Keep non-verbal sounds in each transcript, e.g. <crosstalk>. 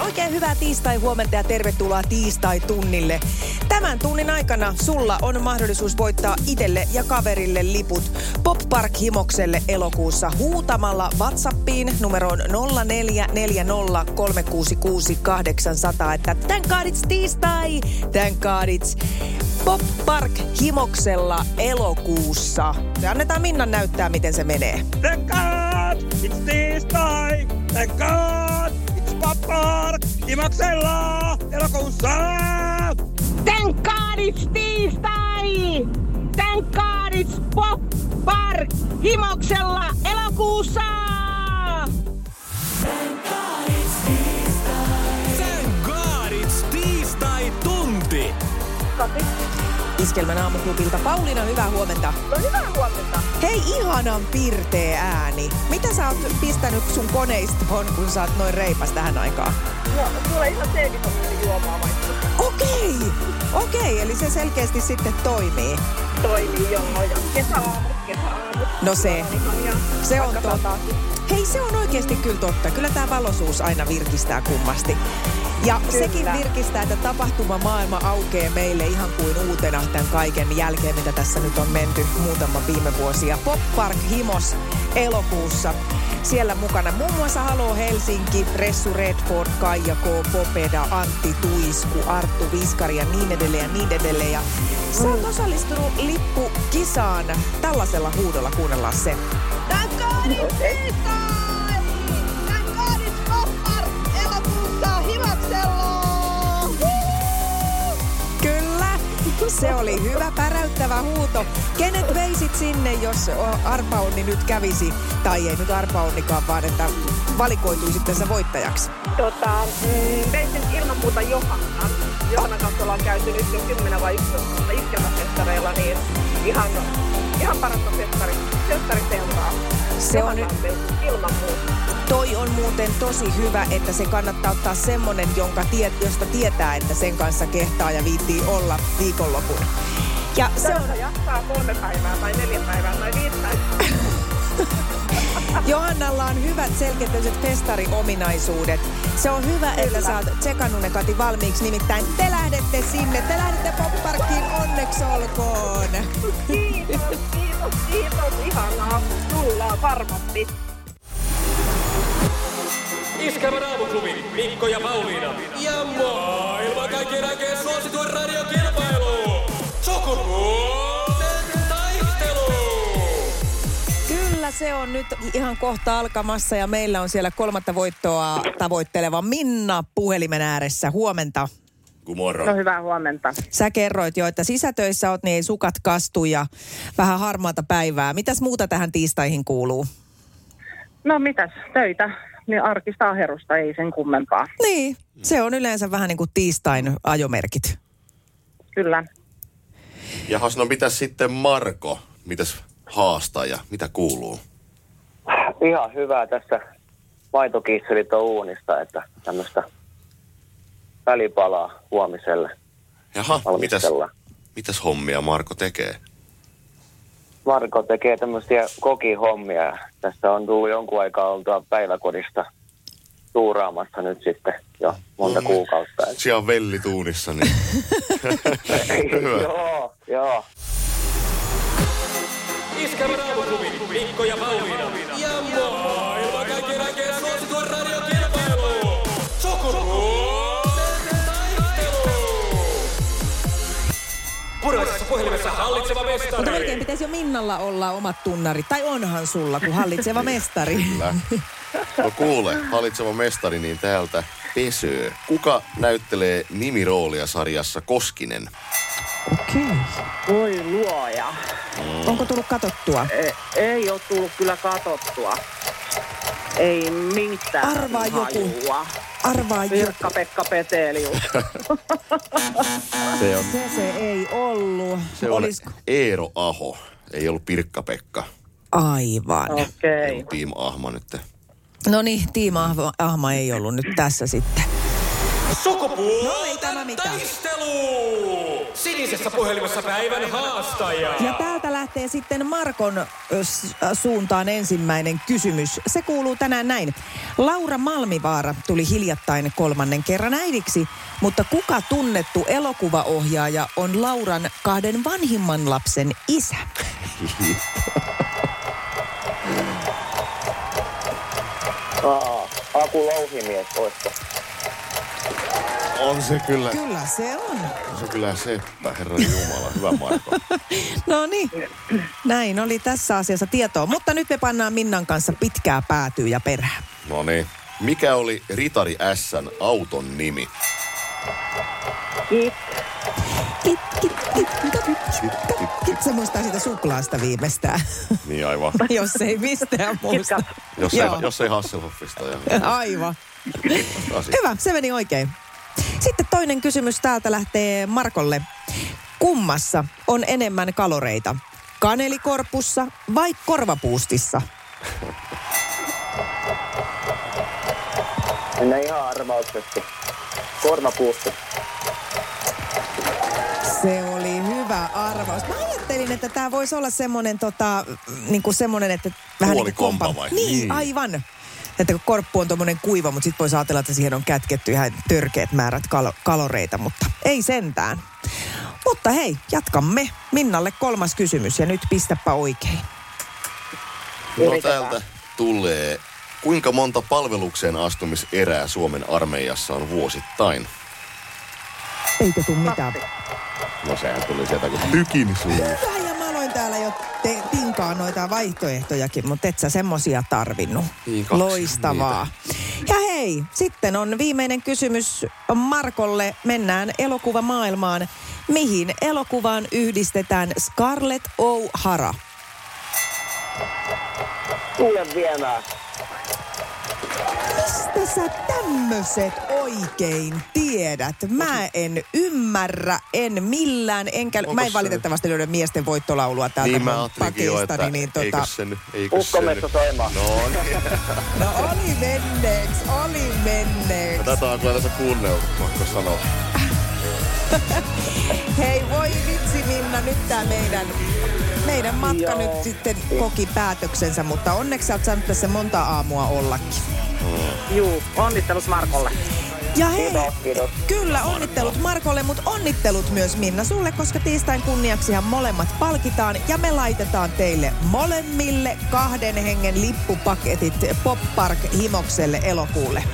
Oikein hyvää tiistai-huomenta ja tervetuloa tiistai-tunnille. Tämän tunnin aikana sulla on mahdollisuus voittaa itelle ja kaverille liput Pop Park Himokselle elokuussa huutamalla WhatsAppiin numeroon 0440366800, että tän kaadits tiistai, tän kaadits Pop Park Himoksella elokuussa. Ja annetaan Minnan näyttää, miten se menee. Thank God, it's tiistai! Thank God, it's Pop Park! Imaksella elokuussa! Thank God it's tiistai! Thank God it's Pop Park Himoksella elokuussa! Thank God it's tiistai-tunti. siis Iskelmän aamuklubilta. Pauliina, hyvää huomenta. No hyvää huomenta. Hei, ihanan pirtee ääni. Mitä sä oot pistänyt sun koneistoon, kun sä oot noin reipas tähän aikaan? Joo, tulee ihan C-vitamiini juomaa vaikka. Okei, okei, eli se selkeästi sitten toimii. Toimii joo, ja kesäaamut, kesäaamut. No se, Ja se on vaikka tota, totta. sataakin. Hei, se on oikeasti kyllä totta. Kyllä tämä valosuus aina virkistää kummasti. Ja kyllä. Kyllä. sekin virkistää, että tapahtumamaailma aukeaa meille ihan kuin uutena tämän kaiken jälkeen, mitä tässä nyt on menty muutama viime vuosi. Ja Pop Park Himos elokuussa. Siellä mukana muun muassa Halo Helsinki, Ressu Redford, Kaija K, Popeda, Antti Tuisku, Arttu Viskari ja niin edelleen ja niin edelleen. Ja sä oot osallistunut lippukisaan tällaisella huudolla, kuunnellaan se. Thank God it's tiistai! Thank God it's poppar! Elokuussa Himaksella! Kyllä, se oli hyvä päräyttävä huuto. Kenet veisit sinne, jos o, arpaonni nyt kävisi? Tai ei nyt arpaonnikaan, vaan että valikoituisit tässä voittajaksi. Tota, mm, veisin ilman muuta Johannan. Johannan kanssa ollaan käyty nyt jo 10 vai 11 vuotta iskelmäfestareilla, niin ihan, ihan parasta festari, festariseuraa. Se on Johannan nyt- veisin Ilman muuta. Toi on muuten tosi hyvä, että se kannattaa ottaa semmonen, jonka tiet, josta tietää, että sen kanssa kehtaa ja viittii olla viikonlopun. Ja se on Tässä jaksaa kolme päivää tai neljä päivää tai viisi <laughs> päivää. Johannalla on hyvät selkeät tämmöiset festariominaisuudet. Se on hyvä, Kyllä. että Kyllä. sä oot tsekannut ne Kati valmiiksi. Nimittäin te lähdette sinne, te lähdette popparkkiin, onneksi olkoon. Kiitos, kiitos, kiitos. Ihanaa. Tullaan varmasti. Iskävä raamuklubi, Mikko ja Pauliina. Ja maailman kaikkien aikeen suosituen radiokilpailu. Sukupuolten taistelu. Kyllä se on nyt ihan kohta alkamassa ja meillä on siellä kolmatta voittoa tavoitteleva Minna puhelimen ääressä. Huomenta. Kumoro. No hyvää huomenta. Sä kerroit jo, että sisätöissä oot, niin ei sukat kastu ja vähän harmaata päivää. Mitäs muuta tähän tiistaihin kuuluu? No mitäs, töitä. Niin arkista aherusta ei sen kummempaa. Niin, se on yleensä vähän niin kuin tiistain ajomerkit. Kyllä. Jahas, no mitäs sitten Marko? Mitäs haastaja? Mitä kuuluu? Ihan hyvää tässä. Maitokisselit on uunista, että tämmöistä välipalaa huomiselle Jaha, mitäs, valmistellaan. mitäs hommia Marko tekee? Marko tekee tämmöisiä kokihommia. Tässä on tullut jonkun aikaa oltua päiväkodista tuuraamassa nyt sitten jo monta Mm. kuukautta. Et- Siellä on vellituunissa, niin <laughs> Hyvä. <laughs> joo, joo. Iskävä raamuklubi, Mikko ja Pauliina. Ja maailman kaikkien aikeen suosituen radiokilpailu. Sukupuolten taistelu. Puraisessa puhelimessa hallitseva Mutta melkein mestari. pitäisi jo Minnalla olla omat tunnarit, tai onhan sulla, kun <laughs> hallitseva mestari. Kyllä. No kuule, hallitseva mestari, niin täältä pesöö. Kuka näyttelee nimiroolia sarjassa Koskinen? Okei. Voi luoja. Onko tullut katottua? Ei, ei ole tullut kyllä katottua. Ei mitään Arvaa joku. hajua. Arvaa jo. Virkka-Pekka Petelius. Se on, Se se ei ollut. se on Eero Aho. Ei ollut Pirkka-Pekka. Aivan. Ei Okei. ollut Team Ahma nyt. <laughs> No niin, Tiima Ahma- Ahma ei ollut nyt tässä sitten. No ei tämä Sukupuolten mitään. taistelu! Sinisessä puhelimessa päivän haastaja. Ja täältä lähtee sitten Markon ö, s- ä, suuntaan ensimmäinen kysymys. Se kuuluu tänään näin. Laura Malmivaara tuli hiljattain kolmannen kerran äidiksi, mutta kuka tunnettu elokuvaohjaaja on Lauran kahden vanhimman lapsen isä? Aa, Aku Louhimies, oisko? On se kyllä, Kyllä se on. on se kyllä seppä, herra Jumala. Hyvä Marko. No niin, näin oli tässä asiassa tietoa. Mutta nyt me pannaan Minnan kanssa pitkää päätyä ja perää. No niin. Mikä oli Ritari S:n auton nimi? Kiit. Kit, kit, kit, kit, kit, kit. Se muistaa siitä suklaasta viimeistään, Niin aivan. <laughs> jos ei mistään muusta. Kitkat. <laughs> Jos ei, Joo. jos ei Hasselhoffista. Ja, Aivan. asia. Hyvä, se meni oikein. Sitten toinen kysymys täältä lähtee Markolle. Kummassa on enemmän kaloreita? Kanelikorpussa vai korvapuustissa? Mennään ihan arvauksesti. Kornapuusti. Se oli hyvä arvaus. Mä ajattelin, että tämä voisi olla semmoinen, tota, niin kuin semmoinen, että vähän niin kuin Puolikompa vai? Niin, Niin. aivan. Että kun korppu on tuommoinen kuiva, mutta sitten voisi ajatella, että siihen on kätketty ihan törkeät määrät kal- kaloreita, mutta ei sentään. Mutta hei, jatkamme. Minnalle kolmas kysymys ja nyt pistäpä oikein. No täältä tulee. Kuinka monta palvelukseen astumiserää Suomen armeijassa on vuosittain? Eikö tule mitään? No sehän tuli sieltä kuin tykin suu. Vähän ja mä aloin täällä jo te- tinkaa noita vaihtoehtojakin, mutta et sä semmosia tarvinnut. Niin, kaksi Loistavaa. Ja hei, sitten on viimeinen kysymys Markolle. Mennään elokuvamaailmaan. Mihin elokuvaan yhdistetään Scarlett O'Hara? Tule viemään. Mistä sä tämmöset oikein tiedät? Mä en ymmärrä, en millään, enkä... Onko mä en se- valitettavasti löydä miesten voittolaulua täältä Niin mun mä ajattelinkin jo, että pakeistani, niin tota... eikös se nyt, eikös se nyt. Ukkometso soimaan. No niin. No oli menneeks, oli menneeks. Tätä on kyllä tässä kuunneltu, pakko sanoa. Hei voi vitsi Minna, nyt tää meidän, meidän matka Joo. nyt sitten koki päätöksensä, mutta onneksi sä oot saanut tässä monta aamua ollakin. Mm. Juu, onnittelut Markolle. Ja hei, Kiitos, kiitos. kyllä onnittelut Markolle, mutta onnittelut myös Minna sulle, koska tiistain kunniaksihan molemmat palkitaan ja me laitetaan teille molemmille kahden hengen lippupaketit Pop Park Himokselle elokuulle.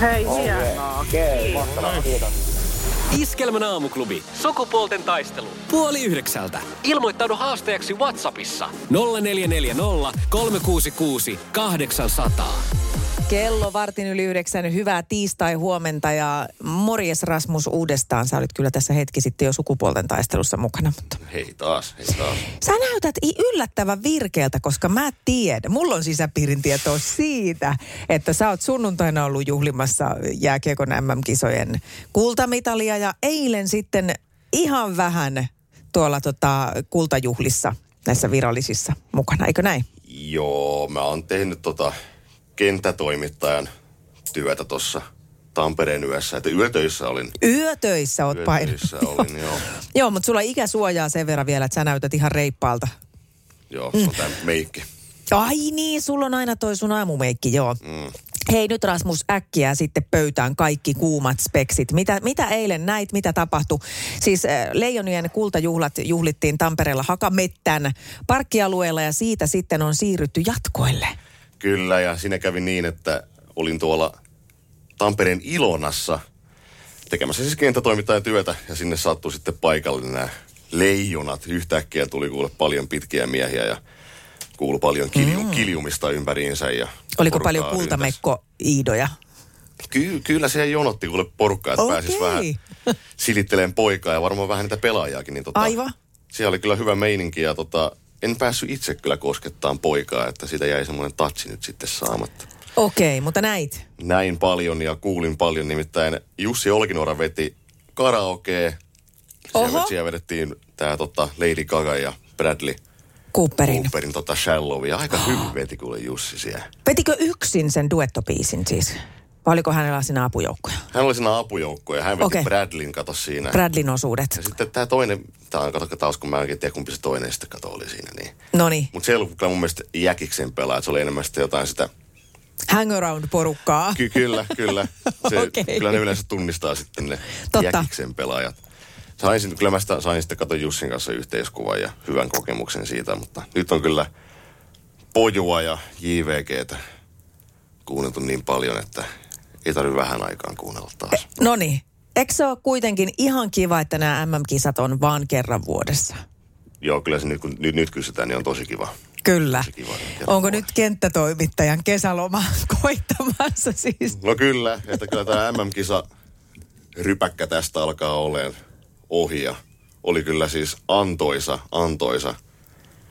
Hei, hienoa. Okei, mahtavaa, kiitos. Iskelmän aamuklubi. Sukupuolten taistelu. Puoli yhdeksältä. Ilmoittaudu haasteeksi Whatsappissa. 0440 366 800. Kello vartin yli yhdeksän. Hyvää tiistai-huomenta ja morjes Rasmus uudestaan. Sä olit kyllä tässä hetki sitten jo sukupuolten taistelussa mukana. Mutta. Hei taas, hei taas. Sä näytät i- yllättävän virkeältä, koska mä tiedän, mulla on sisäpiirin tietoa siitä, että sä oot sunnuntaina ollut juhlimassa jääkiekon MM-kisojen kultamitalia ja eilen sitten ihan vähän tuolla tota kultajuhlissa näissä virallisissa mukana, eikö näin? Joo, mä oon tehnyt tota kenttätoimittajan työtä tuossa Tampereen yössä. Että yötöissä olin. Yötöissä oot painanut. Yötöissä olin, joo. Joo, mutta sulla ikä suojaa sen verran vielä, että sä näytät ihan reippaalta. Joo, se on tää meikki. Ai niin, sulla on aina toi sun aamumeikki, joo. Mm. Hei nyt Rasmus, äkkiä sitten pöytään kaikki kuumat speksit. Mitä, mitä eilen näit, mitä tapahtui? Siis äh, Leijonien kultajuhlat juhlittiin Tampereella Hakamettän parkkialueella ja siitä sitten on siirrytty jatkoille. Kyllä, ja siinä kävi niin, että olin tuolla Tampereen Ilonassa tekemässä siis kenttätoimittajan työtä, ja sinne sattui sitten paikalle nämä leijonat. Yhtäkkiä tuli kuule paljon pitkiä miehiä ja kuului paljon kilju, mm. kiljumista ympäriinsä. Ja Oliko porukkaa paljon ryntäsi. kultamekko-iidoja? Ky- kyllä se jonotti kuule porukkaa, että Okei. pääsis vähän silitteleen poikaa ja varmaan vähän niitä pelaajaakin. Niin tota, Aivan. Siellä oli kyllä hyvä meininki ja tota, en päässyt itse kyllä koskettaan poikaa, että siitä jäi semmoinen tatsi nyt sitten saamatta. Okei, okay, mutta näit. Näin paljon ja kuulin paljon, nimittäin Jussi Olkinuora veti karaokea. Siellä, Oho. siellä vedettiin tämä tota, Lady Gaga ja Bradley Cooperin. Ah. Cooperin tota, Shallow ja aika hyvin veti kuule Jussi siellä. Vetikö yksin sen duettobiisin siis? Vai oliko hänellä siinä apujoukkoja? Hän oli siinä apujoukkoja, hän veti Okei. okay. Bradlin kato siinä. Bradlin osuudet. ja sitten tämä toinen, tämä on kato taas, kun mä en oikein tiedä kumpi se toinen sitten kato oli siinä. Niin. No niin, Mutta se ei ollut kyllä mun mielestä jäkiksen pelaaja, se oli enemmän sitten jotain sitä hang around porukkaa. Ky- kyllä, kyllä. Se, Okei. okay. Kyllä ne yleensä tunnistaa sitten ne Totta. Totta. jäkiksen pelaajat. Sain, sit- kyllä mä sitä, sain sitten kato Jussin kanssa yhteiskuvan ja hyvän kokemuksen siitä, mutta nyt on kyllä pojua ja JVGtä kuunneltu niin paljon, että ei tarvitse vähän aikaan kuunnella taas. No niin, eikö se ole kuitenkin ihan kiva, että nämä MM-kisat on vaan kerran vuodessa? Joo, kyllä se nyt, kun nyt, nyt kysytään, niin on tosi kiva. Kyllä. Tosi kiva, että kerran Onko vuodessa. nyt kenttätoimittajan kesäloma <laughs> koittamassa siis? No kyllä, että kyllä tämä MM-kisa rypäkkä tästä alkaa oleen ohi ja oli kyllä siis antoisa, antoisa,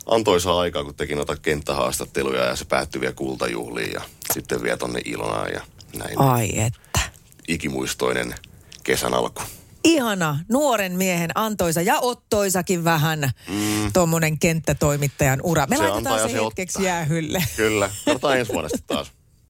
antoisa aikaa, kun teki noita kenttähaastatteluja ja se päättyi vielä kultajuhliin ja sitten vielä tonne Ilonaan ja näin. Ah. Ai että. Ikimuistoinen kesän alku. Ihana, nuoren miehen antoisa ja ottoisakin vähän mm. tuommoinen kenttätoimittajan ura. Me Se laitetaan antaa ja se se hetkeksi ottaa. jäähylle. Kyllä, katsotaan ensi vuodesta taas.